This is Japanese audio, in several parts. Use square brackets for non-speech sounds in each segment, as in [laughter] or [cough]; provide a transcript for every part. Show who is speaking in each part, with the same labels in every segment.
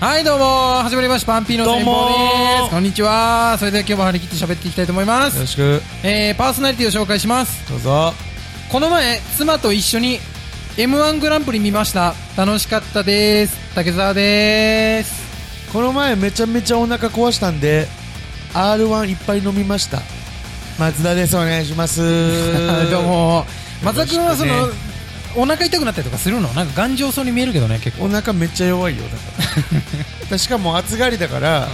Speaker 1: はいどうも始まりましたパンピーの先方
Speaker 2: どう
Speaker 1: で
Speaker 2: も
Speaker 1: すこんにちはそれでは今日も張り切って喋っていきたいと思いま
Speaker 2: よ
Speaker 1: す
Speaker 2: ろしく
Speaker 1: えー、パーソナリティを紹介します
Speaker 2: どうぞ
Speaker 1: この前妻と一緒に m 1グランプリ見ました楽しかったです竹澤です
Speaker 2: この前めちゃめちゃお腹壊したんで R1 いっぱい飲みました松田ですお願いし [laughs] ます
Speaker 1: どうも
Speaker 2: よ
Speaker 1: 松田
Speaker 2: ろしく
Speaker 1: 君
Speaker 2: ね
Speaker 1: はその、お腹痛くなったりとかするのなんか頑丈そうに見えるけどね結構
Speaker 2: お腹めっちゃ弱いよだから [laughs] しかも暑がりだから、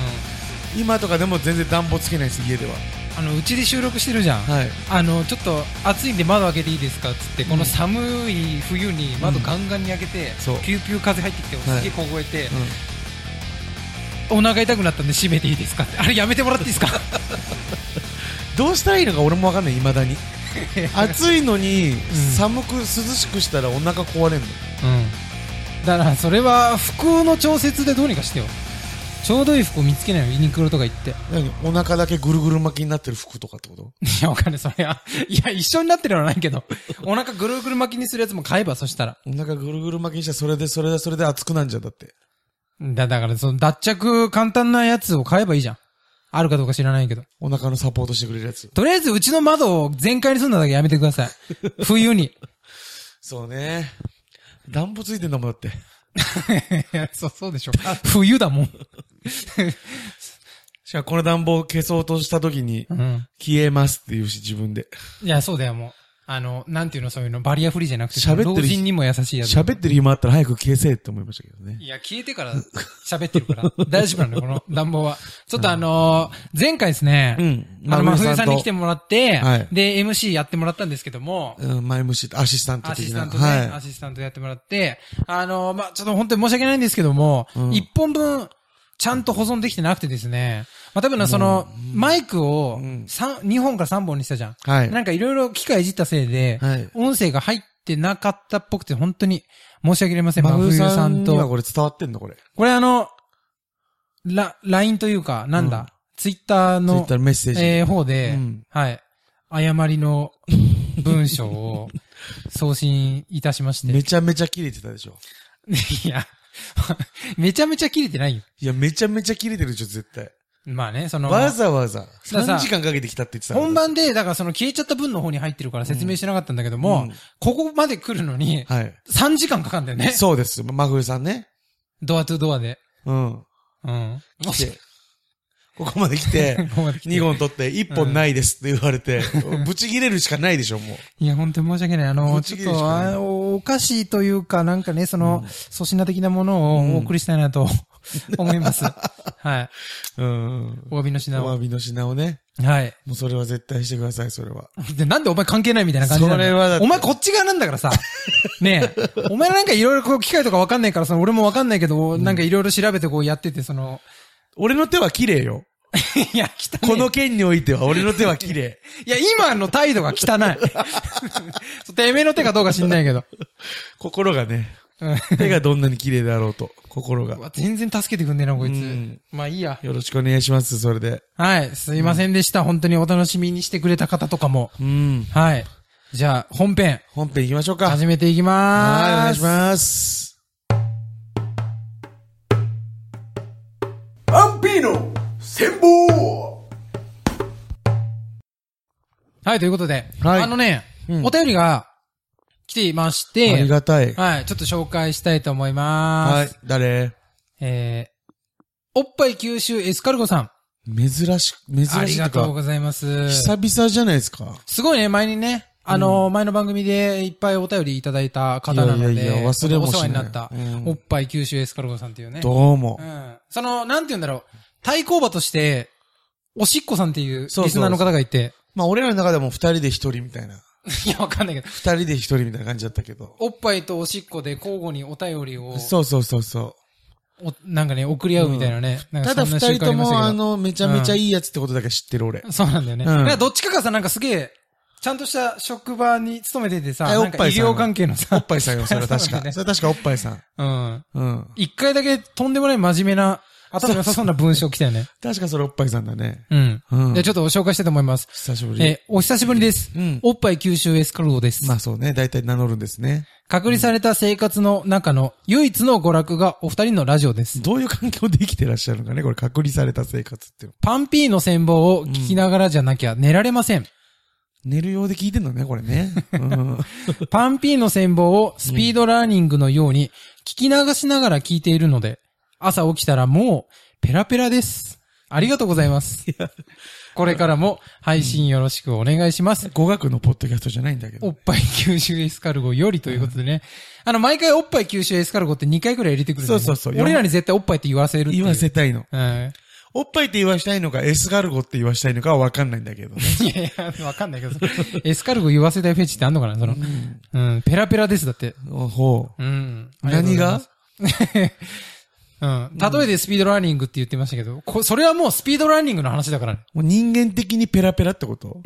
Speaker 2: 今とかでも全然暖房つけないです家では
Speaker 1: あのうちで収録してるじゃん、
Speaker 2: はい
Speaker 1: あのちょっと暑いんで窓開けていいですかっつって、この寒い冬に窓ガンガンに開けて、
Speaker 2: そう
Speaker 1: ピューピュー風入ってきて
Speaker 2: はい
Speaker 1: すげえ凍えて、お腹痛くなったんで閉めていいですかってあれやめてもらっていいですか
Speaker 2: どうしたらいいのか俺もわかんない未 [laughs] だに暑いのに、
Speaker 1: ん
Speaker 2: 寒く涼しくしたらお腹壊れんの
Speaker 1: うんだからそれは服の調節でどうにかしてよちょうどいい服を見つけないよユニクロとか行ってい
Speaker 2: 何お腹だけぐるぐる巻きになってる服とかってこと
Speaker 1: やわかんないそれはいや一緒になってるのはないけどお腹ぐるぐる巻きにするやつも買えばそしたら
Speaker 2: お腹ぐるぐる巻きにしたらそれでそれでそれで熱くなんじゃんだって
Speaker 1: だだからその脱着簡単なやつを買えばいいじゃんあるかどうか知らないけど
Speaker 2: お腹のサポートしてくれるやつ
Speaker 1: とりあえず、うちの窓を全開にするのだけやめてください。冬に。
Speaker 2: そうね暖房ついてんだもんだって
Speaker 1: [laughs] そう、そうでしょ。冬だもん。
Speaker 2: しかもこの暖房消そうとした時に
Speaker 1: うん。
Speaker 2: 消えますって言うし自分で
Speaker 1: いや、そうだよ、もう。あの、なんていうの、そういうの、バリアフリーじゃなくて、
Speaker 2: 喋ってる
Speaker 1: 老人にも優しいやつ。
Speaker 2: 喋ってる暇あったら早く消せって思いましたけどね
Speaker 1: いや、消えてから喋ってるから、大丈夫なんだよ、こ [laughs] の暖房は。ちょっとあのー前回ですね、
Speaker 2: うん
Speaker 1: あの、
Speaker 2: 真冬
Speaker 1: 真冬
Speaker 2: さ
Speaker 1: さ
Speaker 2: ん
Speaker 1: ん
Speaker 2: と
Speaker 1: に来てもらって、
Speaker 2: はい
Speaker 1: で、MC やってもらったんですけども、
Speaker 2: うん、前虫アシスタント
Speaker 1: アシ
Speaker 2: 的
Speaker 1: ス
Speaker 2: な
Speaker 1: タントね、ア
Speaker 2: はい
Speaker 1: シスタントやってもらって、あのまあ、ちょっと本当に申し訳ないんですけども、一、
Speaker 2: ん
Speaker 1: 本分、ちゃんと保存できてなくてですね、まあ、多分な、その、マイクを
Speaker 2: うん、
Speaker 1: 三、二本から三本にしたじゃん。
Speaker 2: はい
Speaker 1: なんかいろいろ機械いじったせいで、
Speaker 2: はい
Speaker 1: 音声が入ってなかったっぽくて、本当に申し訳ありません。
Speaker 2: 真
Speaker 1: 真冬
Speaker 2: 冬
Speaker 1: さ
Speaker 2: さん
Speaker 1: ん
Speaker 2: には
Speaker 1: と。
Speaker 2: これ伝わってんのこれ
Speaker 1: これあの、ラ、LINE というか、なんだ、
Speaker 2: うん
Speaker 1: ツイッター
Speaker 2: ツイッ
Speaker 1: の
Speaker 2: ター、のメッセージ、
Speaker 1: えー、方で、
Speaker 2: うん
Speaker 1: はい、誤りの文章を送信いたしまして
Speaker 2: め。ちゃめちゃ切れてたでしょ
Speaker 1: [laughs] いや、めちゃめちゃ切れてないよ。
Speaker 2: いやめちゃめちゃ切れてるでしょ絶対
Speaker 1: まあね、その、
Speaker 2: わざわざ
Speaker 1: らさ
Speaker 2: 3時間かけてきたって言ってたの
Speaker 1: 本番で、だからその消えちゃった分の方に入ってるから説明してなかったんだけど
Speaker 2: う
Speaker 1: も、
Speaker 2: ん
Speaker 1: ここまで来るのに、
Speaker 2: はい
Speaker 1: 3時間かかんだよね。
Speaker 2: そうです真冬さんね
Speaker 1: ドアトゥドアで。
Speaker 2: うん
Speaker 1: うん。も
Speaker 2: 来て、ここまで来て、
Speaker 1: ここ [laughs] まで来て
Speaker 2: 2本取って1本ないですって言われ
Speaker 1: [laughs]
Speaker 2: て、ぶち切れるしかないでしょ、もう。
Speaker 1: いや、本当に申し訳ない。あの、
Speaker 2: ぶ
Speaker 1: ち
Speaker 2: ち
Speaker 1: ょ
Speaker 2: 切
Speaker 1: っ
Speaker 2: れるしか
Speaker 1: と、
Speaker 2: ない
Speaker 1: あのお菓子というか、なんかね、その、粗品的なものをお送りしたいなと、思
Speaker 2: [laughs]
Speaker 1: います。はい。
Speaker 2: うん。
Speaker 1: お詫びの品
Speaker 2: お
Speaker 1: を
Speaker 2: 詫。びの品をね。
Speaker 1: はい。
Speaker 2: もうそれは絶対してください、それは。
Speaker 1: で、なんでお前関係ないみたいな感じなの
Speaker 2: それはだって
Speaker 1: お前こっち側なんだからさ。ねえ。お前なんかいろいろこう機械とかわかんないからさ、俺もわかんないけど、なんかいろいろ調べてこうやってて、その、
Speaker 2: [laughs] 俺の手は綺麗よ。
Speaker 1: いや、汚い。
Speaker 2: この件においては俺の手は綺麗。
Speaker 1: [laughs] いや、今の態度が
Speaker 2: [laughs]
Speaker 1: 汚いそう。てめえの手かどうか知んないけど。
Speaker 2: 心がね、 [laughs]
Speaker 1: うん
Speaker 2: 手がどんなに綺麗だろうと、心
Speaker 1: う
Speaker 2: が。
Speaker 1: [laughs] わ全然助けてくんねえな、こいうつ
Speaker 2: ん。
Speaker 1: まあいいや。
Speaker 2: よろしくお願いします、それで。
Speaker 1: はい。すいませんでした。本当にお楽しみにしてくれた方とかも。
Speaker 2: うん。
Speaker 1: はい。じゃあ、本編、
Speaker 2: 本編行きましょうか。はい、
Speaker 1: 始めていき
Speaker 2: お
Speaker 1: まーす。
Speaker 2: 願いします。
Speaker 3: アンピーノ戦法
Speaker 1: はい、ということで。
Speaker 2: はい
Speaker 1: あのね、
Speaker 2: うん
Speaker 1: お便りが来ていまし
Speaker 2: あ
Speaker 1: て、
Speaker 2: りがたい。
Speaker 1: はい、ちょっと紹介したいと思いま
Speaker 2: はい
Speaker 1: す。。
Speaker 2: 誰
Speaker 1: えー、おっぱい九州エスカルゴさん。
Speaker 2: 珍し、珍しい
Speaker 1: あ
Speaker 2: と
Speaker 1: り
Speaker 2: い
Speaker 1: が
Speaker 2: う
Speaker 1: とう
Speaker 2: か。
Speaker 1: ございます。
Speaker 2: 久々じゃないですか。
Speaker 1: すごいね、前にね、あの、前の番組でいっぱいお便りいただいた方なので、
Speaker 2: いやいやいや忘れもしない
Speaker 1: お世話になった、
Speaker 2: うん
Speaker 1: おっぱい九州エスカルゴさんっていうね。
Speaker 2: どうも
Speaker 1: う。ん。その、なんて言うんだろう、対抗馬として、おしっこさんっていうリス
Speaker 2: そうそう
Speaker 1: ナーの方がいて、
Speaker 2: まあ、俺らの中でも二人で一人みたいな。
Speaker 1: [laughs] いや、わかんないけど、
Speaker 2: 二人で一人みたいな感じだったけど。
Speaker 1: おっぱいとおしっこで交互にお便りを、
Speaker 2: そうそうそうそ
Speaker 1: おなんかね、送り合うみたいなね。
Speaker 2: う。
Speaker 1: なんか
Speaker 2: ただ
Speaker 1: そん
Speaker 2: 二
Speaker 1: な瞬
Speaker 2: 人
Speaker 1: 間り
Speaker 2: と
Speaker 1: ましたけ
Speaker 2: も、
Speaker 1: ど
Speaker 2: あ、の、めちゃめちゃいいやつってことだけ知ってる俺。
Speaker 1: そうなんだよね。
Speaker 2: うん
Speaker 1: なんかどっちかがさ、なんかすげえ、ちゃんとした職場に勤めててさ、
Speaker 2: え
Speaker 1: なんか医療関係のさ、
Speaker 2: おっぱいさんよ、それは確
Speaker 1: [laughs] そうだね
Speaker 2: か。それは確かおっぱいさん。
Speaker 1: うん。
Speaker 2: うん。
Speaker 1: 一回だけとんでもない真面目な、頭良さそうな文章来たよね。
Speaker 2: 確かそれおっぱいさんだね。
Speaker 1: うん。
Speaker 2: うん
Speaker 1: で、ちょっと紹介したいと思います。
Speaker 2: 久しぶり。
Speaker 1: えー、お久しぶりです。
Speaker 2: うん
Speaker 1: おっぱい九州エスカルゴです。
Speaker 2: まあそうね、大体名乗るんですね。
Speaker 1: 隔離された生活の中の唯一の娯楽がお二人のラジオです。
Speaker 2: どういう環境で生きてらっしゃるのかねこれ隔離された生活っていうの。
Speaker 1: パンピーの戦望を聞きながらじゃなきゃ寝られません。
Speaker 2: 寝る用で聞いてんのね、これ
Speaker 1: [laughs]
Speaker 2: ね。うん。
Speaker 1: パンピーの戦望をスピードラーニングのように聞き流しながら聞いているので、朝起きたらもうペラペラです。ありがとうござ
Speaker 2: [laughs]
Speaker 1: います。これからも配信よろしくお願いします。
Speaker 2: 語学のポッドキャストじゃないんだけど
Speaker 1: おっ。ぱい吸収エスカルゴよりということでね。あの、毎回おっぱい吸収エスカルゴって2回くらい入れてくるんだよね
Speaker 2: そうそうそう
Speaker 1: 俺らに絶対おっぱいって言わせるってい
Speaker 2: 言
Speaker 1: う。
Speaker 2: わせたいの。
Speaker 1: うん。
Speaker 2: おっぱいって言わしたいのか、エスガルゴって言わしたいのかはわかんないんだけどね。
Speaker 1: いやいや、わかんないけど、エスカルゴ言わせたいフェチってあんのかなその、うん、ペラペラです、だって。
Speaker 2: おほう。
Speaker 1: うん。
Speaker 2: 何が
Speaker 1: うん。例えでスピードラーニングって言ってましたけど、こそれはもうスピードラーニングの話だからね。 [laughs]
Speaker 2: もう人間的にペラペラってこと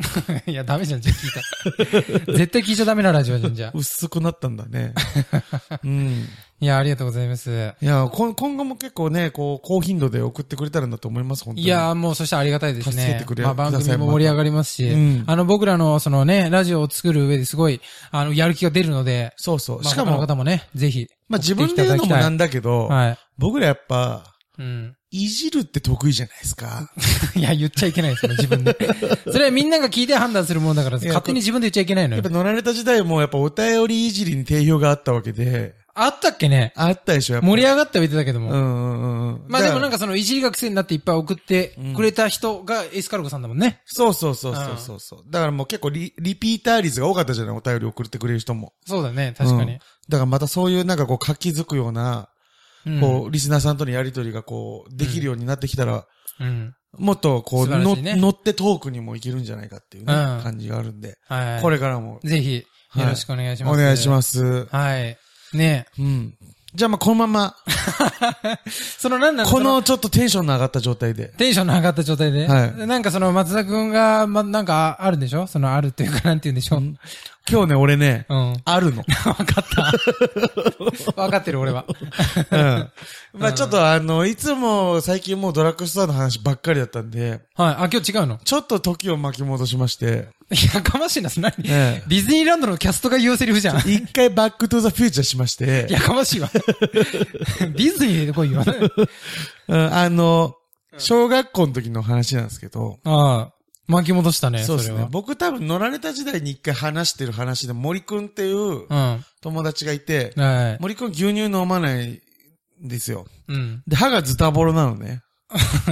Speaker 1: いや、ダメじゃん、じゃあ聞
Speaker 2: [laughs]
Speaker 1: いた。絶対聞いちゃダメなラジオじゃん、じゃあ。
Speaker 2: 薄くなったんだね。
Speaker 1: [laughs]
Speaker 2: うん。
Speaker 1: いや、ありがとうございます。
Speaker 2: いや、こん今後も結構ね、こう、高頻度で送ってくれたらなと思います、本当に。
Speaker 1: いやー、もうそしてありがたいです
Speaker 2: 助け
Speaker 1: ね
Speaker 2: てく。れ
Speaker 1: まあ番組も盛り上がりますし、
Speaker 2: くださいまたうん
Speaker 1: あの僕らのそのね、ラジオを作る上ですごい、あの、やる気が出るので、
Speaker 2: そうそう。
Speaker 1: まあ
Speaker 2: しか
Speaker 1: 他の
Speaker 2: も、
Speaker 1: 方もね、ぜひ。
Speaker 2: まあ自分で言うのもなんだけど、
Speaker 1: はい。
Speaker 2: 僕らやっぱ、
Speaker 1: うん。
Speaker 2: いじるって得意じゃないですか。
Speaker 1: [laughs] いや、言っちゃいけないですね、自分で。 [laughs] それはみんなが聞いて判断するものだから、
Speaker 2: いや
Speaker 1: 勝手に自分で言っちゃいけないの
Speaker 2: やっぱ。
Speaker 1: よ
Speaker 2: 乗られた時代もやっぱお便りいじりに定評があったわけで、
Speaker 1: あったっけね
Speaker 2: あったでしょ、やっぱ。
Speaker 1: 盛り上がってはいてたけども。
Speaker 2: うんうんうん。
Speaker 1: まあでもな
Speaker 2: か、
Speaker 1: んかその、いじりが癖になっていっぱい送ってくれた人がエスカルゴさんだもんね。
Speaker 2: そうそうそうそうそうそう。だからもう結構リリピーター率が多かったじゃない、お便り送ってくれる人も。
Speaker 1: そうだね、確か
Speaker 2: う
Speaker 1: に
Speaker 2: ん。だからまたそういうなんかこう活気づくような、
Speaker 1: うん
Speaker 2: こう、リスナーさんとのやりとりがこう、できるようになってきたら、
Speaker 1: うん。
Speaker 2: もっとこう、
Speaker 1: 素晴ら
Speaker 2: の
Speaker 1: しいね
Speaker 2: 乗ってトークにもいけるんじゃないかっていうね、
Speaker 1: うん
Speaker 2: 感じがあるんで、
Speaker 1: はい。
Speaker 2: これからも
Speaker 1: ぜひ、よろしくお願いします。
Speaker 2: お願いします。
Speaker 1: はい。ねえ。
Speaker 2: うん。じゃあまあこのまま、
Speaker 1: そのなんなの
Speaker 2: こ
Speaker 1: そ
Speaker 2: のちょっとテンションの上がった状態で。
Speaker 1: テンションの上がった状態で。
Speaker 2: はい
Speaker 1: なんかその松田くんが、ま、なんかあるんでしょそのあるっていうか、なんて言うんでしょう。うん。
Speaker 2: 今日ね、俺ね、
Speaker 1: わ
Speaker 2: あるの。
Speaker 1: [laughs] かった。わかってる俺は。
Speaker 2: うん。まあちょっとあの、いつも最近もうドラッグストアの話ばっかりだったんで、
Speaker 1: はい。あ、今日違うの
Speaker 2: ちょっと時を巻き戻しまして、
Speaker 1: [laughs] やかましいな、それ何、
Speaker 2: ええ
Speaker 1: ディズニーランドのキャストが言うセリフじゃん。
Speaker 2: 一回バックトゥーザフューチャーしまして、
Speaker 1: やか
Speaker 2: [laughs]
Speaker 1: ま [laughs] しいわ。ディズニーで来いよ。
Speaker 2: うんあの、小学校の時の話なんですけど、
Speaker 1: ああ、巻き戻したね、
Speaker 2: そ
Speaker 1: そう
Speaker 2: で
Speaker 1: れ
Speaker 2: す
Speaker 1: は。
Speaker 2: ね。僕多分乗られた時代に一回話してる話で、森くんっていう友達がいて
Speaker 1: うん。、はい。
Speaker 2: 森くん牛乳飲まないんですよ。
Speaker 1: うん。 [laughs]
Speaker 2: で、歯がズタボロなのね。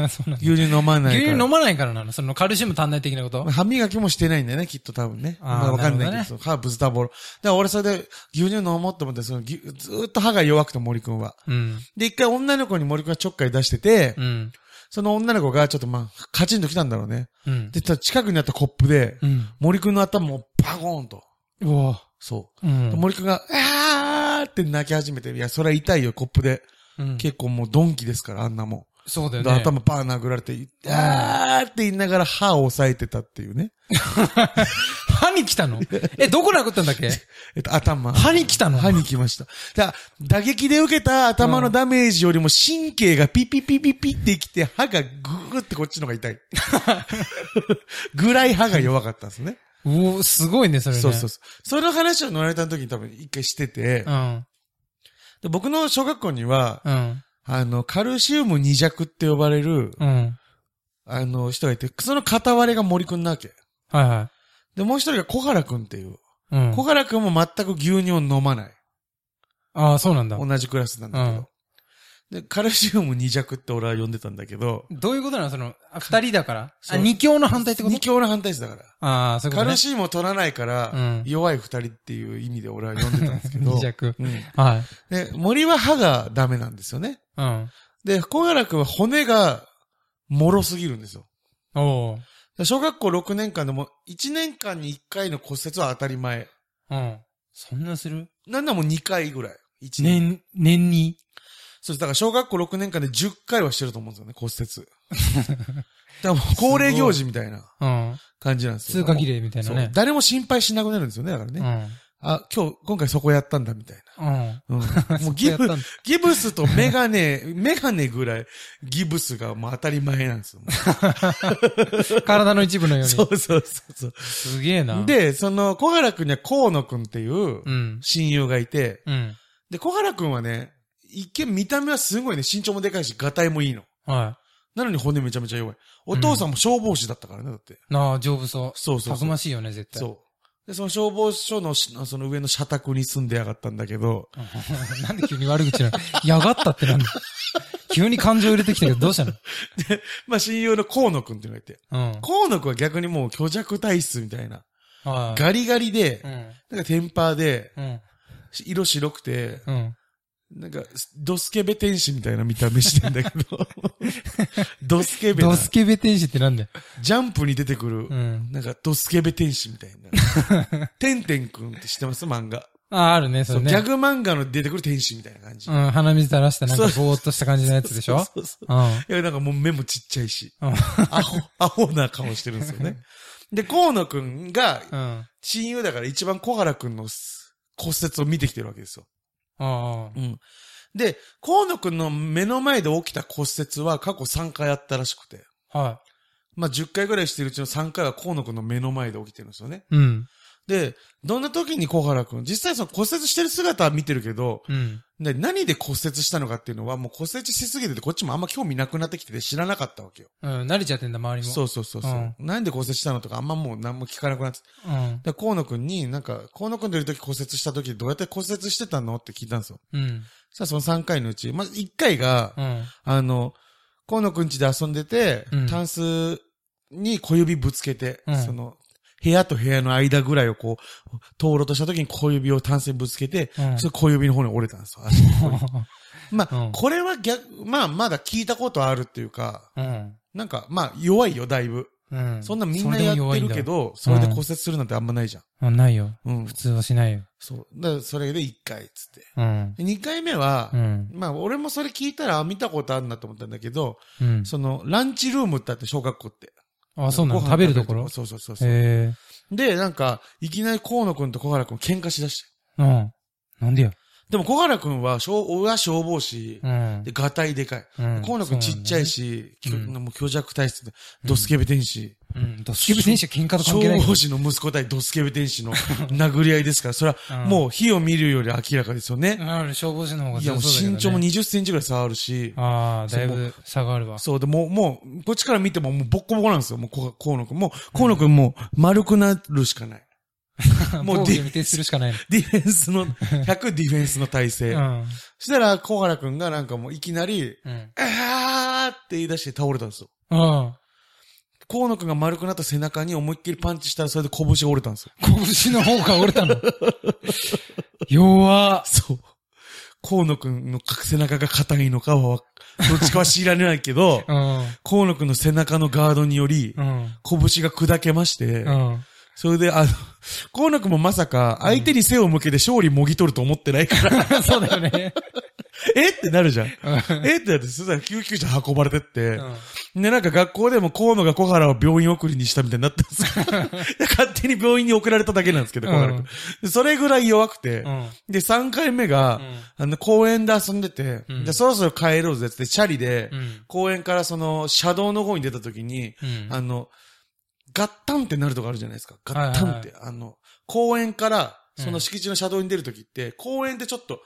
Speaker 1: そうなんだ
Speaker 2: 牛乳飲まない
Speaker 1: 牛
Speaker 2: か
Speaker 1: 乳
Speaker 2: ら。
Speaker 1: 飲まないからなのそのカルシウム足んない的なこと
Speaker 2: 歯磨きもしてないんだよね、きっと多分ね。
Speaker 1: あー
Speaker 2: まあわかんない
Speaker 1: なる
Speaker 2: け
Speaker 1: ほ
Speaker 2: ど、歯ズタボロ。だから俺それで牛乳飲もうと思って、そのぎずーっと歯が弱くて森くんは。
Speaker 1: うん。
Speaker 2: で、一回女の子に森くんがちょっかい出してて、
Speaker 1: うん。
Speaker 2: その女の子がちょっとまあ、カチンと来たんだろうね。
Speaker 1: うん。
Speaker 2: で、ただ近くにあったコップで、
Speaker 1: うん。
Speaker 2: 森くんの頭をバコーンと。
Speaker 1: うわ。
Speaker 2: そう。
Speaker 1: うん。
Speaker 2: 森くんが、あーって泣き始めて、いや、それは痛いよ、コップで。
Speaker 1: うん
Speaker 2: 結構もうドンキですから、あんなも
Speaker 1: そう
Speaker 2: ん。
Speaker 1: だよ
Speaker 2: で
Speaker 1: ね。
Speaker 2: 頭バーン殴られて、あーって言いながら歯を押さえてたっていうね。
Speaker 1: 歯に来たのえ、どこ殴ったん
Speaker 2: [laughs]
Speaker 1: だっけ
Speaker 2: えっと、頭。
Speaker 1: 歯に来たの
Speaker 2: 歯に来ました。だから打撃で受けた頭のダメージよりも神経がピピピピピってきて、歯がグーってこっちの方が痛い。 [laughs] ぐらい歯が弱かったんですね。
Speaker 1: おおすごいね、それね。
Speaker 2: そうそうそう。その話を乗られた時に多分一回してて、
Speaker 1: うん。
Speaker 2: で僕の小学校には、
Speaker 1: うん。
Speaker 2: あの、カルシウム二弱って呼ばれる、
Speaker 1: うん。
Speaker 2: あの、人がいて、その片割れが森くんなわけ。
Speaker 1: はいは
Speaker 2: で、もう一人が小原くんっていう。
Speaker 1: い。うん。
Speaker 2: 小原くんも全く牛乳を飲まない。
Speaker 1: ああ、そうなんだ。
Speaker 2: 同じクラスなんだけど。で、カルシウム二弱って俺は呼んでたんだけど、
Speaker 1: どういうことなのその、あ二人だから。
Speaker 2: そ
Speaker 1: あ、
Speaker 2: う
Speaker 1: 二強の反対ってこと
Speaker 2: 二強の反対ですだから。
Speaker 1: ああ、そういうこ
Speaker 2: カ
Speaker 1: とね
Speaker 2: ル。シウムを取らないか
Speaker 1: う
Speaker 2: ら、
Speaker 1: ん。
Speaker 2: 弱い二人っていう意味で俺は呼んでたんですけ
Speaker 1: [laughs]
Speaker 2: ど。
Speaker 1: 二弱。
Speaker 2: うん。
Speaker 1: はい。
Speaker 2: で、森は歯がダメなんですよね。
Speaker 1: うん。
Speaker 2: で、小原くんは骨が、脆すぎるんですよ。
Speaker 1: おお。
Speaker 2: 小学校6年間でも1年間に1回の骨折は当たり前。
Speaker 1: うん。そんなする
Speaker 2: なんならもう2回ぐらい。1年。
Speaker 1: 年、年に。
Speaker 2: そうです。だから小学校6年間で10回はしてると思うんですよね、骨折。
Speaker 1: [laughs]
Speaker 2: だからもう恒例行事みたいな
Speaker 1: うん。
Speaker 2: 感じなんですよ。
Speaker 1: 通過儀
Speaker 2: 麗
Speaker 1: 礼みたいな
Speaker 2: そう
Speaker 1: ね。
Speaker 2: 誰も心配しなくなるんですよね、だから
Speaker 1: う
Speaker 2: ね。
Speaker 1: ん。
Speaker 2: あ、今日、今回そこやったんだ、みたい
Speaker 1: うん。
Speaker 2: な。う
Speaker 1: [laughs]
Speaker 2: ん、もうギ
Speaker 1: そこや
Speaker 2: ブ
Speaker 1: ったんだ、
Speaker 2: ギブスとメガネ、メガネぐらい、ギブスがもう当たり前なんですよ。も
Speaker 1: 体の一部のよ
Speaker 2: う
Speaker 1: うに。
Speaker 2: そうそうそう
Speaker 1: すげえ
Speaker 2: そ
Speaker 1: な。
Speaker 2: う。、で、その、小原くんには河野くんっていう
Speaker 1: う、ん。
Speaker 2: 親友がいて、
Speaker 1: うん。
Speaker 2: で、小原くんはね、一見見た目はすごいね、身長もでかいし、ガタイもいいの。
Speaker 1: は
Speaker 2: なのに骨めちゃめちゃ弱い。お父さんも消防士だったからね、だって。
Speaker 1: い。なあ、丈夫そう。
Speaker 2: そうそうそう
Speaker 1: たくましいよね、絶対。
Speaker 2: そう。で、その消防署のし、その上の社宅に住んでやがったんだけど、
Speaker 1: うん。 [laughs] なんで急に悪口なのやがったってなんだ急に感情入れてきたけど、どうしたの
Speaker 2: まあ親友の河野くんっていうのがいて、
Speaker 1: うん。
Speaker 2: 河野くんは逆にもう虚弱体質みたいな。
Speaker 1: はい。
Speaker 2: ガリガリで、
Speaker 1: うん。
Speaker 2: なんかテンパーで、
Speaker 1: うん。
Speaker 2: 色白くて、
Speaker 1: うん。
Speaker 2: なんか、ドスケベ天使みたいな見た目してんだけど、ドスケベな
Speaker 1: ドスケベ天使ってなんだよ。
Speaker 2: ジャンプに出てくる、
Speaker 1: うん。
Speaker 2: なんかドスケベ天使みたいな。
Speaker 1: [laughs]
Speaker 2: てんてんくんって知ってます漫画。
Speaker 1: ああ、あるね、
Speaker 2: そ
Speaker 1: それ
Speaker 2: う、
Speaker 1: ね。
Speaker 2: ギャグ漫画の出てくる天使みたいな感じ。
Speaker 1: うん、鼻水垂らしたなんか
Speaker 2: そ
Speaker 1: ぼーっとした感じのやつでしょ
Speaker 2: そうそう
Speaker 1: うん。
Speaker 2: いや、なんかもう目もちっちゃいし、
Speaker 1: うん
Speaker 2: アホ、アホな顔してるんですよね。で、河野くんが、
Speaker 1: うん。
Speaker 2: 親友だから一番小原くんのす骨折を見てきてるわけですよ。
Speaker 1: あ
Speaker 2: うん。で、河野くんの目の前で起きた骨折は過去3回あったらしくて、
Speaker 1: あ。は
Speaker 2: まあ、10回ぐらいしてるうちの3回は河野くんの目の前で起きてるんですよね。
Speaker 1: い。うん。
Speaker 2: で、どんな時に小原くん、実際その骨折してる姿は見てるけど、
Speaker 1: うん。
Speaker 2: で何で骨折したのかっていうのはもう骨折しすぎててこっちもあんま興味なくなってきてて知らなかったわけよ。
Speaker 1: うん。慣れちゃってんだ、周りも。
Speaker 2: そうそうそうそう、
Speaker 1: うん
Speaker 2: なんで骨折したのとかあんまもう何も聞かなくなって。
Speaker 1: うん。
Speaker 2: で、河野くんに、なんか、河野くんといる時骨折した時どうやって骨折してたのって聞いたんですよ。
Speaker 1: うん。
Speaker 2: さあその3回のうち、まず1回が、
Speaker 1: うん。
Speaker 2: あの、河野くん家で遊んでて、
Speaker 1: うん
Speaker 2: タンスに小指ぶつけて、
Speaker 1: うん
Speaker 2: その、部屋と部屋の間ぐらいをこう、通ろうとした時に小指をタンスにぶつけて、
Speaker 1: うん
Speaker 2: それ小指の方に折れたんです
Speaker 1: [laughs]
Speaker 2: よ。足の方にまあ、
Speaker 1: うん
Speaker 2: これは逆、まあ、まだ聞いたことあるっていうか、
Speaker 1: うん。
Speaker 2: なんか、まあ、弱いよ、だいぶ。
Speaker 1: うん。
Speaker 2: そんなみんなやってるけど、そ
Speaker 1: れ
Speaker 2: れで
Speaker 1: でも弱いんだ
Speaker 2: 骨折するなんてあんまないじゃん。
Speaker 1: うん。ないよ。
Speaker 2: うん
Speaker 1: 普。通はしないよ。
Speaker 2: そう。だからそれで1回、つって。
Speaker 1: うん。
Speaker 2: 2回目は
Speaker 1: う、ん。
Speaker 2: まあ、俺もそれ聞いたら、あ見たことあるなと思ったんだけど、
Speaker 1: うん。
Speaker 2: その、ランチルームってあって、小学校って。
Speaker 1: あ、そうなの
Speaker 2: ご飯
Speaker 1: 食べるところ
Speaker 2: そうそうそうそう。
Speaker 1: へえ。
Speaker 2: で、なんか、いきなり河野くんと小原くん喧嘩しだして。
Speaker 1: うん。なんでよ。
Speaker 2: でも小原くんは、小親消防士
Speaker 1: う、ん
Speaker 2: で、。ガタイでかい。
Speaker 1: うん
Speaker 2: 河野くんちっちゃいし、
Speaker 1: そうなんだね
Speaker 2: きょもう虚弱体質で、ドスケベ天使。
Speaker 1: うん。ドスケベ天使は喧嘩と関係な
Speaker 2: 消
Speaker 1: いよ。
Speaker 2: 防士の息子対ドスケベ天使の殴り合いですから、それはもう火を見るより明らかですよね。
Speaker 1: ある消防士の方が
Speaker 2: いや、
Speaker 1: 強
Speaker 2: もう
Speaker 1: そうだけどね
Speaker 2: 身長も20センチぐらい差あるし、
Speaker 1: ああ、だいぶ差があるわ。
Speaker 2: そうで、もう、もう、こっちから見てももうボッコボコなんですよ、もうこ河野くん。もう、河野くんもう丸くなるしかない。
Speaker 1: もう
Speaker 2: もう
Speaker 1: デ
Speaker 2: デ
Speaker 1: ィ
Speaker 2: ィ
Speaker 1: フするしかないの。
Speaker 2: ディフェンスの、100ディフェンスの体
Speaker 1: う
Speaker 2: 勢。
Speaker 1: [laughs] ん。
Speaker 2: そしたら、小原くんがなんかもういきなり、
Speaker 1: うん。
Speaker 2: あーって言い出して倒れたんですよ。
Speaker 1: うん。
Speaker 2: 河野くんが丸くなった背中に思いっきりパンチしたらそれで拳が折れたんですよ。
Speaker 1: 拳の方が折れたの。弱、
Speaker 2: そう。河野くんの背中が硬いのかは、どっちかは知られないけど
Speaker 1: [laughs] うん。
Speaker 2: 河野くんの背中のガードにより
Speaker 1: う、ん。
Speaker 2: 拳が砕けまして
Speaker 1: う、ん。
Speaker 2: それで、あの、河野くんもまさか、相手に背を向けて勝利もぎ取ると思ってないから、
Speaker 1: そうだよね。
Speaker 2: えってなるじゃん。
Speaker 1: う
Speaker 2: えってなって、そしたら救急車運ばれてって、
Speaker 1: ん。
Speaker 2: で、なんか学校でも河野が小原を病院送りにしたみたいになったんですよ。で [laughs] 勝手に病院に送られただけなんですけど、小原くん。それぐらい弱くて、
Speaker 1: うん。
Speaker 2: で、3回目が、あの、公園で遊んでて、
Speaker 1: うん
Speaker 2: で、そろそろ帰ろうぜって、チャリで、
Speaker 1: うん。
Speaker 2: 公園からその、車道の方に出た時に、
Speaker 1: うん。
Speaker 2: あの、ガッタンってなるとこあるじゃないですか。ガッタンって。あの、公園から、その敷地の車道に出る時って、公園ってちょっと、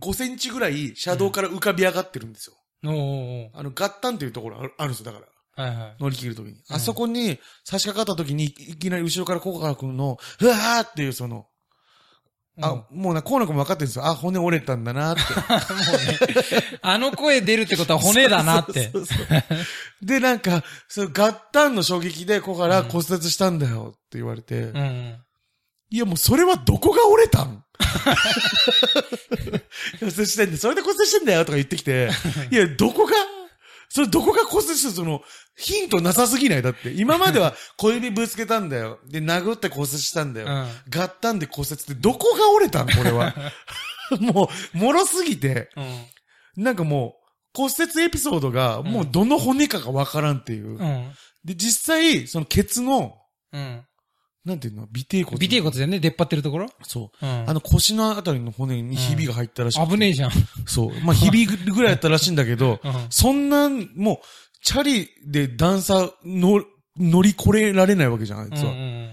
Speaker 2: 5センチぐらい車道から浮かび上がってるんですよ。
Speaker 1: おーおー
Speaker 2: あの、ガッタンっていうところあるあるんですよ、だから。
Speaker 1: おーはいはい。
Speaker 2: 乗り切るときに。あそこに差し掛かったときに、いきなり後ろから小原くんの、うわーっていうその、あ、もうな、河野くんも分かってるんですよ。あ、骨折れたんだなって。
Speaker 1: うん、もうね。あの声出るってことは [laughs] 骨だなって
Speaker 2: そ。うそうそうで、なんか、そのガッタンの衝撃で小原骨折したんだよって言われて、
Speaker 1: うん。
Speaker 2: いやもうそれはどこが折れたん [laughs] 骨折してんだそれで骨折してんだよとか言ってき [laughs] て、いや、どこが、それどこが骨折してその、ヒントなさすぎないだって。今まで [laughs] は小指ぶつけたんだよ。で、殴って骨折したんだよ。
Speaker 1: うん。
Speaker 2: ガッタンで骨折ってどこが折れたんこれ [laughs] は。もう、もろすぎて。
Speaker 1: うん。
Speaker 2: なんかもう、骨折エピソードが、もうどの骨かがわからんっていう。
Speaker 1: うん。
Speaker 2: で、実際、そのケツの、
Speaker 1: うん。
Speaker 2: なんていうの尾低骨。
Speaker 1: 尾てい骨だよね、出っ張ってるところ。
Speaker 2: そう。
Speaker 1: うん
Speaker 2: あの腰のあたりの骨にひびが入ったらしくて
Speaker 1: 危ねえじゃん。
Speaker 2: そう。まあ、ひびぐらいやったらしいんだけど、 [laughs]
Speaker 1: うん
Speaker 2: そんなん、もう、チャリで段差の、乗り越えられないわけじゃん、あいつは。
Speaker 1: うんうん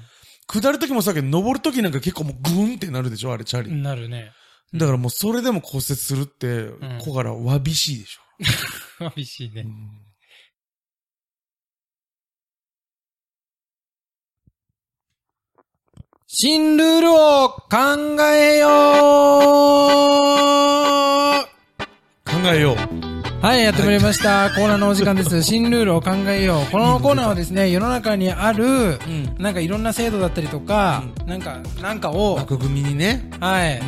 Speaker 2: 下るときもさっき登るときなんか結構もうグーンってなるでしょ、あれ、チャリ。
Speaker 1: うんなるね。 [laughs]
Speaker 2: だからもうそれでも骨折するって、
Speaker 1: ん
Speaker 2: 小柄わびしいでしょ。
Speaker 1: 寂しいね。新ルールを考えようは
Speaker 2: 考えよう。
Speaker 1: い、やってまいりました。コーナーのお時間 [laughs] です。新ルールを考えよう。このコーナーはですね、世の中にある、
Speaker 2: ん。
Speaker 1: なんかいろんな制度だったりとか、
Speaker 2: う
Speaker 1: なんか、なんかを、
Speaker 2: 枠組みにね。
Speaker 1: はい、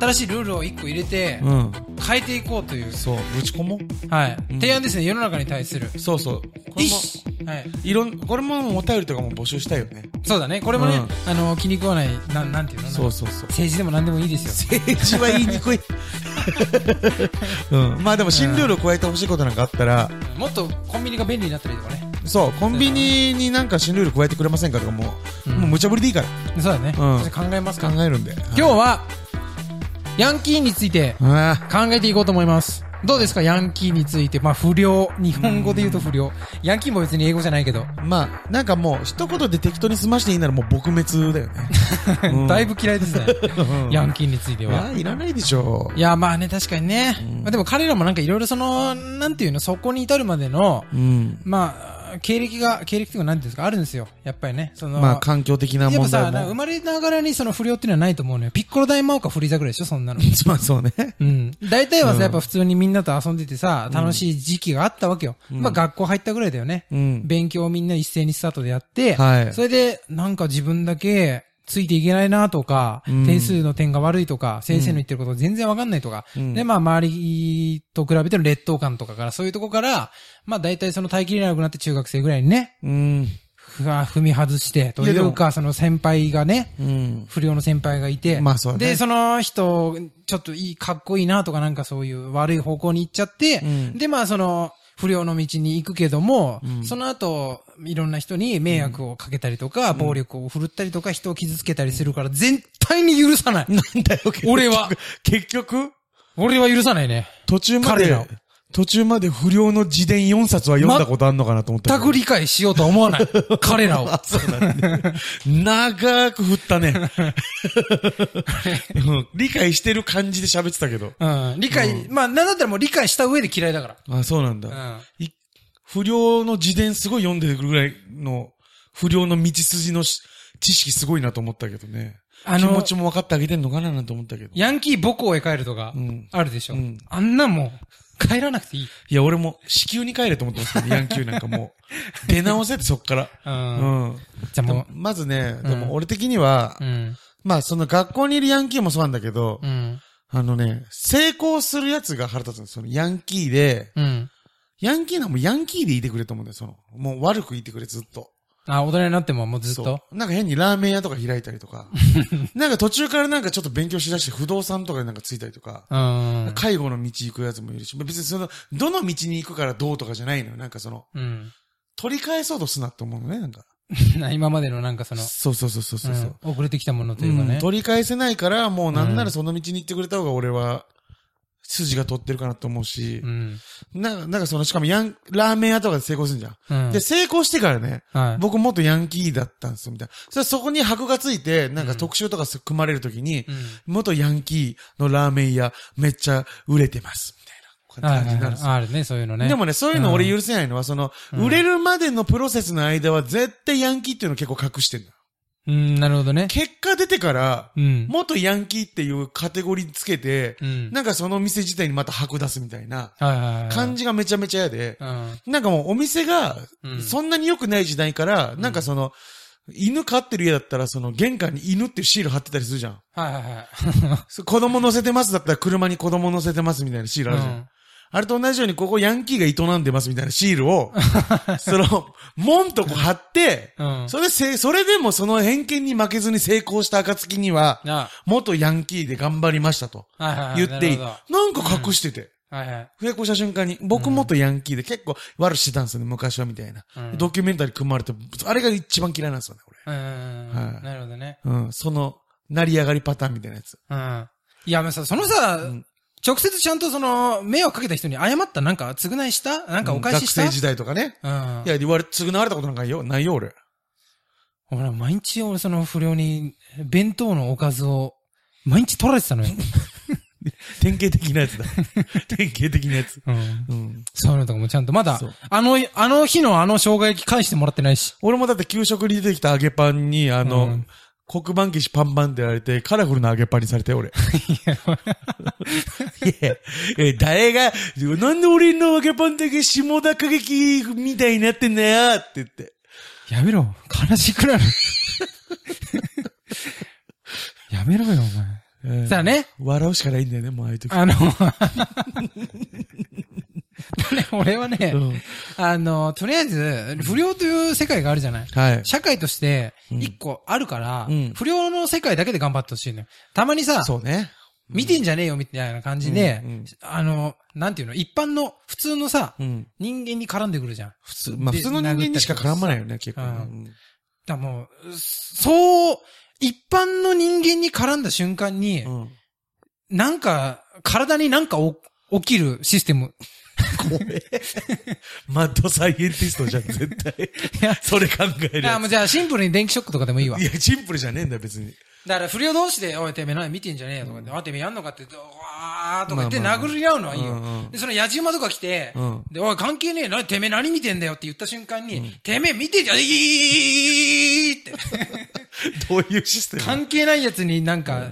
Speaker 1: 新しいルールを一個入れて、
Speaker 2: うん。
Speaker 1: 変えていこうという、
Speaker 2: そう。ぶち込も
Speaker 1: はい、
Speaker 2: うん
Speaker 1: 提案ですね、世の中に対する。
Speaker 2: う。そうそう。これ
Speaker 1: い
Speaker 2: も、
Speaker 1: しはい。
Speaker 2: いろん、これもお便りとかも募集したいよね。
Speaker 1: そうだね。これもね、
Speaker 2: うん
Speaker 1: あの、気に食わない、なん、なんていうの
Speaker 2: そうそうそう。
Speaker 1: 政治でも何でもいいですよ。
Speaker 2: 政治は言いにくい。うん。まあでも新ルールを加えてほしいことなんかあったら、
Speaker 1: もっとコンビニが便利になったりとかね。
Speaker 2: そう、コンビニになんか新ルール加えてくれませんかとかもう、
Speaker 1: うん
Speaker 2: もう無茶ぶりでいいから
Speaker 1: そうだね。
Speaker 2: うん
Speaker 1: それ考えますか。
Speaker 2: 考えるんで。
Speaker 1: 今日は、ヤンキーについて
Speaker 2: あ
Speaker 1: 考えていこうと思います。どうですかヤンキーについて。まあ、不良。日本語で言うと不良。ヤンキーも別に英語じゃないけど。
Speaker 2: あ、まあ、なんかもう一言で適当に済ましていいならもう撲滅だよ
Speaker 1: [laughs]
Speaker 2: ね。うん
Speaker 1: だいぶ嫌いですね。ヤン
Speaker 2: キ
Speaker 1: キーについて
Speaker 2: ー
Speaker 1: は。
Speaker 2: いらないでしょ
Speaker 1: いや、まあね、確かにね。
Speaker 2: うん
Speaker 1: まあでも彼らもなんかいろいろその、なんていうの、そこに至るまでの、
Speaker 2: う。うん。
Speaker 1: まあ、経歴が、経歴というか何ていうんですか、あるんですよ。やっぱりね。その、
Speaker 2: まあ、環境的な
Speaker 1: やっぱ
Speaker 2: 問
Speaker 1: さ、
Speaker 2: 題
Speaker 1: なんか生
Speaker 2: も。
Speaker 1: まれながらにその不良っていうのはないと思うのよ。ピッコロ大魔王かフリーザぐらいでしょ、そんなの。
Speaker 2: まあ [laughs] そうね。
Speaker 1: うん。大体は
Speaker 2: うん
Speaker 1: さ、やっぱ普通にみんなと遊んでてさ、楽しい時期があったわけよ。
Speaker 2: うん
Speaker 1: まあ学校入ったぐらいだよね。
Speaker 2: うん。
Speaker 1: 勉強をみんな一斉にスタートでやって、
Speaker 2: はい
Speaker 1: それで、なんか自分だけ、ついていけないなとか、
Speaker 2: うん
Speaker 1: 点数の点が悪いとか、先生の言ってること全然わかんないとか、
Speaker 2: うん
Speaker 1: で、まあ、周りと比べての劣等感とかから、そういうとこから、まあ、大体その耐えきれなくなって中学生ぐらいにね、
Speaker 2: うん。
Speaker 1: ふわ踏み外して、と
Speaker 2: いや
Speaker 1: い
Speaker 2: でも
Speaker 1: うか、その先輩がね、
Speaker 2: うん。
Speaker 1: 不良の先輩がいて、
Speaker 2: まあそうだね
Speaker 1: で、その人、ちょっといい、かっこいいなとかなんかそういう悪い方向に行っちゃって、
Speaker 2: うん
Speaker 1: で、まあその、不良の道に行くけども、
Speaker 2: うん
Speaker 1: その後、いろんな人に迷惑をかけたりとか、暴力を振るったりとか、人を傷つけたりするから、絶対に許さない。
Speaker 2: なんだよ、
Speaker 1: 俺は。
Speaker 2: 結局、
Speaker 1: 俺は許さないね。
Speaker 2: 途中ま
Speaker 1: 彼
Speaker 2: で
Speaker 1: らを、
Speaker 2: 途中まで不良の自伝4冊は読んだことあんのかなと思ったけ
Speaker 1: 全
Speaker 2: ど。
Speaker 1: く理解しようとは思わ
Speaker 2: [laughs]
Speaker 1: ない。彼らを。
Speaker 2: あ、そうだね。 [laughs] 長く振った [laughs] ね。うん理解してる感じで喋ってたけど。
Speaker 1: うん。理解、まあなんだったらもう理解した上で嫌いだか
Speaker 2: あ、そうなんだ。
Speaker 1: ら。うん。
Speaker 2: い不良の自伝すごい読んでるぐらいの、不良の道筋のし知識すごいなと思ったけどね。
Speaker 1: あ
Speaker 2: 気持
Speaker 1: の
Speaker 2: ち、も分かってあげてんのかななんて思ったけど。い
Speaker 1: ヤンキー母校へ帰るとか
Speaker 2: うん、
Speaker 1: あるでしょ。
Speaker 2: うん
Speaker 1: あんなもん、帰らなくていい。
Speaker 2: や、俺も、子宮に帰れと思ってますけど、ヤンキーなんかもう。出直せって、そっから。
Speaker 1: う。
Speaker 2: うんん。
Speaker 1: じゃあ
Speaker 2: で
Speaker 1: も
Speaker 2: も
Speaker 1: う、
Speaker 2: まずね、で
Speaker 1: うん
Speaker 2: も俺的には
Speaker 1: う、ん。
Speaker 2: まあ、その学校にいるヤンキーもそうなんだけど、
Speaker 1: うん。
Speaker 2: あのね、成功するやつが腹立つんですよ。そのヤンキーで、
Speaker 1: うん。
Speaker 2: ヤンキーならもうヤンキーでいてくれと思うんだよ、その。もう悪くいてくれ、ずっと。
Speaker 1: あ、大人になってももうずっと。
Speaker 2: そうなんか変にラーメン屋とか開いたりと
Speaker 1: [laughs]
Speaker 2: か。なんか途中からなんかちょっと勉強しだして不動産とかになんかついたりとか。
Speaker 1: うん。
Speaker 2: 介護の道行くやつもいるし、別にその、どの道に行くからどうとかじゃないのよ。なんかその、
Speaker 1: うん。
Speaker 2: 取り返そうとすなって思うのね、なんか。
Speaker 1: 今までのなんかその、
Speaker 2: そうそうそうそうそうそう。
Speaker 1: うん遅れてきたものと
Speaker 2: う
Speaker 1: いうか
Speaker 2: ん、
Speaker 1: ね。
Speaker 2: 取り返せないから、もうなんな
Speaker 1: うん
Speaker 2: らその道に行ってくれた方が俺は、筋が取ってるかなと思うし
Speaker 1: う、ん。
Speaker 2: な、なんかその、しかもヤン、ラーメン屋とかで成功するじゃん。
Speaker 1: うん。
Speaker 2: で、成功してからね、
Speaker 1: はい。
Speaker 2: 僕元ヤンキーだったんですよ、みたいな。それそこに箔がついて、なんか特集とかす組まれるときに
Speaker 1: う、ん
Speaker 2: 元ヤンキーのラーメン屋、めっちゃ売れてます、みたい
Speaker 1: は
Speaker 2: ない感じになるんですよ
Speaker 1: はいあるね、そういうのね。
Speaker 2: でもね、そういうの俺許せないのは、その、
Speaker 1: うん
Speaker 2: 売れるまでのプロセスの間は絶対ヤンキーっていうの結構隠してるの。
Speaker 1: うん、なるほどね。
Speaker 2: 結果出てから、
Speaker 1: うん。
Speaker 2: 元ヤンキーっていうカテゴリーつけて
Speaker 1: う、ん。
Speaker 2: なんかそのお店自体にまた箔出すみたいな
Speaker 1: はいはいはい。
Speaker 2: 感じがめちゃめちゃ嫌で、
Speaker 1: うん。
Speaker 2: なんかもうお店が
Speaker 1: うん、
Speaker 2: そんなに良くない時代から、なんかその、犬飼ってる家だったら、その玄関に犬っていうシール貼ってたりするじゃん。
Speaker 1: はいはいはい。
Speaker 2: そう子供乗せてますだったら車に子供乗せてますみたいなシールあるじゃん。
Speaker 1: うん
Speaker 2: あれと同じように、ここヤンキーが営んでますみたいなシール
Speaker 1: [laughs]
Speaker 2: を、その、門とこ貼って、
Speaker 1: うん。
Speaker 2: それせ、それでもその偏見に負けずに成功した暁には、
Speaker 1: あ
Speaker 2: 元ヤンキーで頑張りましたと
Speaker 1: はいはいはい
Speaker 2: 言っていい。
Speaker 1: なるほ
Speaker 2: なんか隠してて。
Speaker 1: どはいはい。
Speaker 2: ふやこした瞬間に、僕もっとヤンキーで結構悪してたんですよね、昔はみたいな。
Speaker 1: うん
Speaker 2: ドキュメンタリー組まれて、あれが一番嫌いなんですよね、
Speaker 1: うんうんうん
Speaker 2: はい
Speaker 1: なるほどね。
Speaker 2: 俺。うん、その、成り上がりパターンみたいなやつ。
Speaker 1: うん。いや、まあさ、そのさ、
Speaker 2: ん
Speaker 1: 直接ちゃんとその、迷惑かけた人に謝ったなんか、償いしたなんかお返しした、
Speaker 2: う
Speaker 1: う
Speaker 2: ん
Speaker 1: ん、
Speaker 2: 学生時代とかね。
Speaker 1: うん。
Speaker 2: いや、言われ、償われたことなんかないよ、ないよ、俺。
Speaker 1: 俺、毎日俺その不良に、弁当のおかずを、毎日取られてたの [laughs] よ。
Speaker 2: 典型的なや
Speaker 1: [laughs]
Speaker 2: つだ。典型的なやつ。
Speaker 1: うん。
Speaker 2: うん。
Speaker 1: そういうのとかもちゃんと、まだ
Speaker 2: そう、
Speaker 1: あの、あの日のあの生姜焼き返してもらってないし。
Speaker 2: 俺もだって給食に出てきた揚げパンに、あの、
Speaker 1: うん
Speaker 2: 黒板消しパンパンってやられて、カラフルな揚げパンにされて、俺。いや、え、誰が、なんで俺の揚げパンだけ下田過激みたいになってんだよって言って。
Speaker 1: やめろ。悲し [laughs] くなる。やめろよ、
Speaker 2: え
Speaker 1: お
Speaker 2: ー
Speaker 1: 前。さあね、
Speaker 2: 笑うしかないんだよね、もうああいう時。
Speaker 1: [laughs] あの、俺はね
Speaker 2: う、ん
Speaker 1: あの、とりあえず、不良という世界があるじゃない
Speaker 2: はい。
Speaker 1: 社会として、一個あるから、
Speaker 2: うん
Speaker 1: 不良の世界だけで頑張ってほしいのよ。たまにさ、
Speaker 2: そうね。
Speaker 1: 見てんじゃねえよみたいな感じで、
Speaker 2: うんうん
Speaker 1: あの、なんていうの、一般の、普通のさ、
Speaker 2: うん。
Speaker 1: 人間に絡んでくるじゃん。
Speaker 2: 普通、まあ
Speaker 1: で
Speaker 2: 普通の人間にしか絡まないよね、結構ね。
Speaker 1: うんだからもう、そう、一般の人間に絡んだ瞬間に、
Speaker 2: うんうん
Speaker 1: なんか、体になんかお起きるシステム。
Speaker 2: 怖え。マッドサイエンティストじゃん、絶
Speaker 1: [laughs]
Speaker 2: 対
Speaker 1: や。
Speaker 2: それ考える
Speaker 1: あ
Speaker 2: や
Speaker 1: もうじゃあシンプルに電気ショックとかでもいいわ
Speaker 2: つ。い。や、シンプルじゃねえんだよ、別に。
Speaker 1: だから不良同士で、おい、てめえ何見てんじゃねえよとかで、あ、てめえやんのかって、うわーとか言って
Speaker 2: まあまあまあ
Speaker 1: 殴り合うのはいい
Speaker 2: うん
Speaker 1: よ
Speaker 2: う。ん
Speaker 1: で、その矢島とか来て
Speaker 2: うん、
Speaker 1: で、おい、関係ねえな、てめえ何見てんだよって言った瞬間に、てめえ見てんじゃねえって、
Speaker 2: どういうシステム
Speaker 1: 関係ないやつになんか、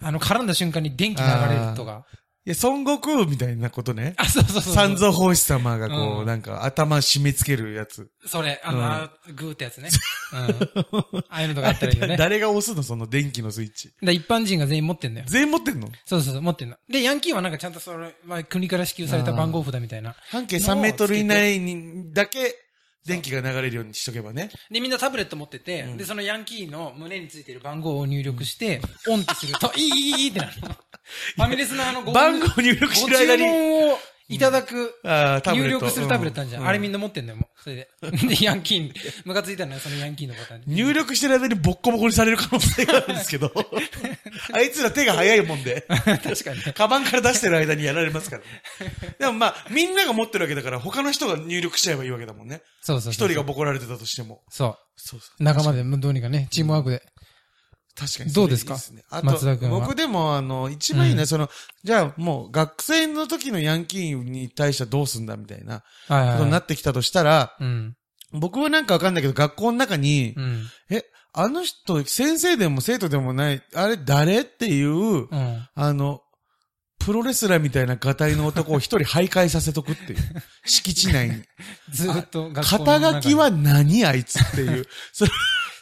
Speaker 1: あの、絡んだ瞬間に電気流れるとか。
Speaker 2: いや、孫悟空みたいなことね。
Speaker 1: あ、そうそうそう。
Speaker 2: 三蔵法師様がこ
Speaker 1: う
Speaker 2: う、
Speaker 1: ん
Speaker 2: なんか頭締め付けるやつ。
Speaker 1: それ、あ
Speaker 2: うん
Speaker 1: の、あーグーってやつね。うん。ああいうのとかあったらいいよね。だか
Speaker 2: 誰が押すのその電気のスイッチ。
Speaker 1: ら一般人が全員持ってんだよ。
Speaker 2: 全員持ってんの
Speaker 1: そうそうそう、持ってんの。で、ヤンキーはなんかちゃんとそれ、まあ、国から支給された番号札みたいな。
Speaker 2: 半径3メートル以内にだけ電気が流れるようにしとけばね。
Speaker 1: で、みんなタブレット持ってて、で、そのヤンキーの胸についてる番号を入力して、オンってすると、いいいいいいってなるの。ファミレスのあの、ご
Speaker 2: 番号入力
Speaker 1: ご
Speaker 2: して
Speaker 1: 注
Speaker 2: る間に、
Speaker 1: 文をいただく、
Speaker 2: あータブ
Speaker 1: 入
Speaker 2: レット。
Speaker 1: 力するタブレットあるじゃん。あれみん
Speaker 2: な。
Speaker 1: な持ってんだよ、もう。それで。で、ヤンキーに、ムカついたのよ、そのヤンキーの方に。
Speaker 2: 入力してる間にボッコボコにされる可能性があるんです
Speaker 1: [laughs]
Speaker 2: けど。あいつら手が早いもんで。
Speaker 1: 確かにね。
Speaker 2: カバンから出してる間にやられ
Speaker 1: [laughs]
Speaker 2: ますからね。でもまあ、みんなが持ってるわけだから、他の人が入力しちゃえばいいわけだもんね。
Speaker 1: そうそう
Speaker 2: 一
Speaker 1: そう。
Speaker 2: 人が。ボコられてたとしても。
Speaker 1: そ。
Speaker 2: そうそう
Speaker 1: 仲間で、もうどうにかね、チームワークで。
Speaker 2: 確かに。
Speaker 1: どうですか
Speaker 2: それいいねあ
Speaker 1: 松田君
Speaker 2: と、
Speaker 1: は
Speaker 2: 僕でも、あの、一番いいね、その、じゃあもう、学生の時のヤンキーに対してはどうすんだみたいな、
Speaker 1: はい
Speaker 2: こと
Speaker 1: はい
Speaker 2: に
Speaker 1: は。
Speaker 2: ないってきたとしたら、
Speaker 1: うん。
Speaker 2: 僕はなんかわかんないけど、学校の中に
Speaker 1: う、ん。
Speaker 2: え、あの人、先生でも生徒でもない、あれ誰っていう、
Speaker 1: うん。
Speaker 2: あの、プロレスラーみたいなガタイの男を一人徘徊させとくって
Speaker 1: [laughs]
Speaker 2: いう。敷地内に。
Speaker 1: ずーっと学校の中
Speaker 2: 肩
Speaker 1: に
Speaker 2: 書きは何あいつっていう。それ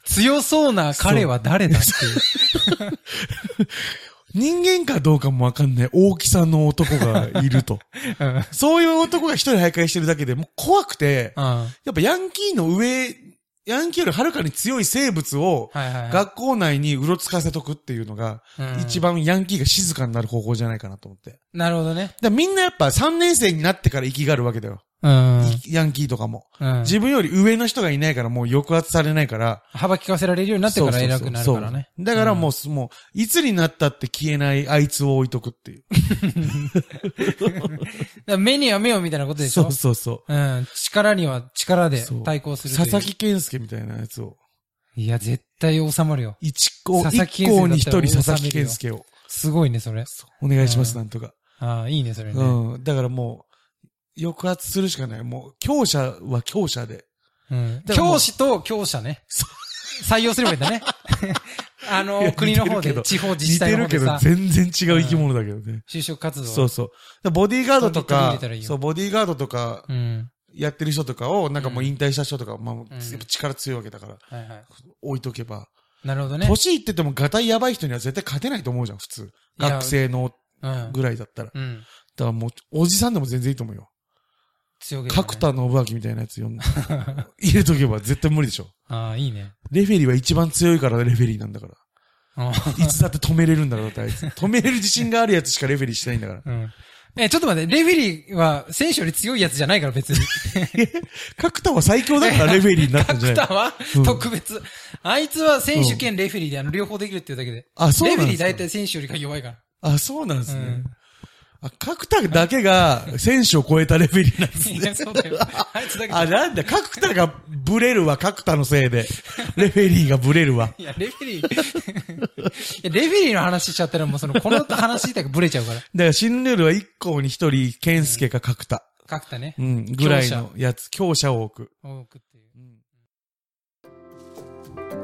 Speaker 1: 強そうな彼は誰だっていう。
Speaker 2: 人間かどうかもわかんない大きさの男がいると。
Speaker 1: うん
Speaker 2: そういう男が一人徘徊してるだけでもう怖くて、
Speaker 1: うん。
Speaker 2: やっぱヤンキーの上、ヤンキーよりはるかに強い生物を
Speaker 1: はいはいはい
Speaker 2: 学校内にうろつかせとくっていうのが、
Speaker 1: うん
Speaker 2: 一番ヤンキーが静かになる方法じゃないかなと思って。だか
Speaker 1: なるほどね。
Speaker 2: らみんなやっぱ3年生になってから生きがるわけだよ。
Speaker 1: うん。
Speaker 2: ヤンキーとかも。
Speaker 1: うん
Speaker 2: 自分より上の人がいないからもう抑圧されないから。
Speaker 1: 幅利かせられるようになってから偉くなるから
Speaker 2: そうそう
Speaker 1: ね。
Speaker 2: そうだからもう、もう、いつになったって消えないあいつを置いとくっていう。
Speaker 1: だから目には目をみたいなことでしょ
Speaker 2: そうそうそう。
Speaker 1: うん。力には力で
Speaker 2: そう
Speaker 1: 対抗するという。
Speaker 2: 佐々木健介みたいなやつを。
Speaker 1: いや、絶対収まるよ。
Speaker 2: 一校、
Speaker 1: 佐々木
Speaker 2: 一
Speaker 1: 健介だ
Speaker 2: 校
Speaker 1: ったら
Speaker 2: に一人佐々木健介を。
Speaker 1: すごいね、それ。
Speaker 2: お願いします、
Speaker 1: うん
Speaker 2: なんとか。
Speaker 1: ああ、いいね、それね。
Speaker 2: うん。だからもう、抑圧するしかない。もう、強者は強者で。
Speaker 1: うん。
Speaker 2: だからもう
Speaker 1: 教師と教者ね。採用すればいい
Speaker 2: [laughs]
Speaker 1: んだね。あ
Speaker 2: い
Speaker 1: の
Speaker 2: や、
Speaker 1: 国の
Speaker 2: 似て
Speaker 1: 方
Speaker 2: るけ
Speaker 1: で、
Speaker 2: ど
Speaker 1: 地方自
Speaker 2: 似
Speaker 1: 治
Speaker 2: て
Speaker 1: 体の
Speaker 2: る
Speaker 1: 方
Speaker 2: け
Speaker 1: で
Speaker 2: ど
Speaker 1: さ、、
Speaker 2: 全然違う生き物だけどね。
Speaker 1: 就職活動。
Speaker 2: そうそう。だからボディーガードと
Speaker 1: 飛
Speaker 2: か
Speaker 1: び飛び入れたらいい、よ
Speaker 2: そう、ボディーガードとか、
Speaker 1: うん。
Speaker 2: やってる人とかを、なんかもう引退した人とか、まあ、やっ
Speaker 1: うん
Speaker 2: ぱ力強いわけだから、
Speaker 1: はいは
Speaker 2: 置いとけば。
Speaker 1: い。なるほどね。
Speaker 2: 年いっててもガタイやばい人には絶対勝てないと思うじゃん、普通。
Speaker 1: や
Speaker 2: 学生の
Speaker 1: うん。
Speaker 2: ぐらいだったら。
Speaker 1: うん。
Speaker 2: だからもう、おじさんでも全然いいと思うよ。
Speaker 1: 強げだね
Speaker 2: 角田信明みたいなやつ呼んで入れとけば絶対無理でしょ。
Speaker 1: ああ、いいね。
Speaker 2: レフェリーは一番強いからレフェリーなんだから。
Speaker 1: うん [laughs]
Speaker 2: いつだって止めれるんだから、だってあいつ。止めれる自信があるやつしかレフェリーしてないんだから。
Speaker 1: うん。え、ちょっと待って、レフェリーは選手より強いやつじゃないから別に。
Speaker 2: 角田は最強だからレフェリーになったんじゃ
Speaker 1: [laughs] 角
Speaker 2: な
Speaker 1: 田
Speaker 2: い
Speaker 1: は特別。あいつは選手兼レフェリーであの両方できるっていうだけで。
Speaker 2: あそうなん
Speaker 1: レ
Speaker 2: です
Speaker 1: フ
Speaker 2: か
Speaker 1: ェリー大体選手よりか弱いから。
Speaker 2: あ、そうなんですね
Speaker 1: うん。
Speaker 2: あ、角田だけが選手を超えたレフェリーなんです
Speaker 1: い
Speaker 2: ね
Speaker 1: [laughs] や、。そうだよ。あいつだけ。
Speaker 2: あ、なんだ、角田がブレるわ、角田のせいで。レフェリーがブレるわ。
Speaker 1: いや、レフェリー。い [laughs] や、レフェリーの話しちゃったらもうその、この話だけブレちゃうから。
Speaker 2: だから新ルールは一校に一人、健介か角田。
Speaker 1: 角田ね
Speaker 2: う。ん、ぐらいのやつ、強者を置く。
Speaker 1: 多くっていう。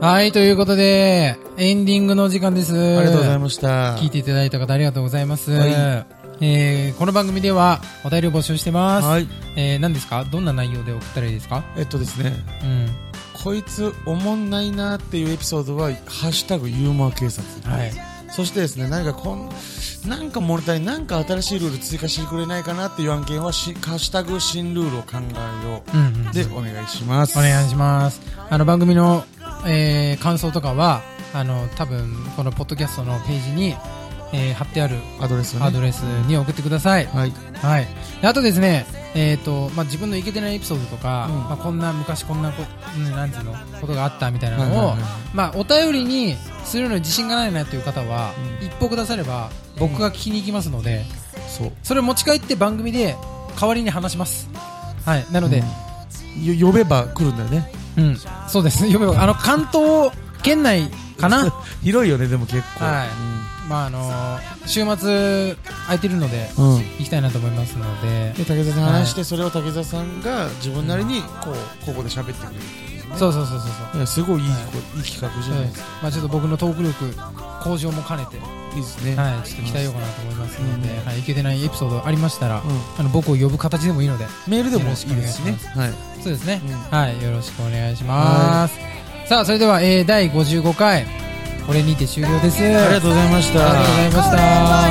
Speaker 1: はい、ということで、エンディングのお時間です。
Speaker 2: あ
Speaker 1: あ
Speaker 2: りがとうございました。
Speaker 1: 聞いていただいた方ありがとうございます。
Speaker 2: はい
Speaker 1: えー、この番組ではお便りを募集してます。
Speaker 2: はい。
Speaker 1: えー、何ですかどんな内容で送ったらいいですか
Speaker 2: えっとですね、
Speaker 1: うん。
Speaker 2: こいつ、おもんないなっていうエピソードは、ハッシュタグユーモア警察。
Speaker 1: はい。
Speaker 2: そしてですね、何かこん、なんか物足りない、なんか新しいルール追加してくれないかなっていう案件は、しハッシュタグ新ルールを考えよ
Speaker 1: うん、うん
Speaker 2: う。。で、お願いします。
Speaker 1: お願いします。あの、番組の、えー、感想とかは、あの、多分、このポッドキャストのページに、えー、貼ってある
Speaker 2: アドレスをね
Speaker 1: アドレスに送ってください。
Speaker 2: はい。
Speaker 1: はい。であとですね、えっ、と、まあ、自分のイケてないエピソードとか、
Speaker 2: うん
Speaker 1: まあ、こんな、昔こんなこ、うんなんていうの、ことがあったみたいなのを、
Speaker 2: はいはいはい
Speaker 1: まあ、お便りにするのに自信がないなっていう方は、
Speaker 2: うん
Speaker 1: 一報くだされば、僕が聞きに行きますので、
Speaker 2: そう。
Speaker 1: それを持ち帰って番組で代わりに話します。はい。なので、
Speaker 2: うんよ呼べば来るんだよね。
Speaker 1: うん、そうです。よくよくあの、関東圏内かな [laughs]
Speaker 2: 広いよね、でも結構。
Speaker 1: はいまあ、あの週末空いてるので、
Speaker 2: うん。うん
Speaker 1: 行きたいなと思いますので、
Speaker 2: で竹澤さんに話して、それを竹澤さんが自分なりにこうここで喋ってくれるっていうね
Speaker 1: そうそうそうそうそう。
Speaker 2: いやすごいいい,、
Speaker 1: はい
Speaker 2: い、い企画じ
Speaker 1: そ
Speaker 2: ゃ
Speaker 1: う
Speaker 2: ない
Speaker 1: で
Speaker 2: ですすか、
Speaker 1: まあちょっと僕のトーク力向上も兼ねて、
Speaker 2: いいですね、
Speaker 1: はい、ちょっと鍛えようかなと思いますので、
Speaker 2: うん
Speaker 1: はい、いけてないエピソードありましたら、
Speaker 2: うん
Speaker 1: あの、僕を呼ぶ形でもいいので、
Speaker 2: メールでもいいで
Speaker 1: よろし
Speaker 2: す
Speaker 1: くお願いし
Speaker 2: ね
Speaker 1: ます
Speaker 2: はい
Speaker 1: そうですね。
Speaker 2: うん
Speaker 1: はい、よろしくお願いします。さあ、それでは、えー、第55回、これにて終了です。あ
Speaker 2: ありがとうございました
Speaker 1: ありがとうございました。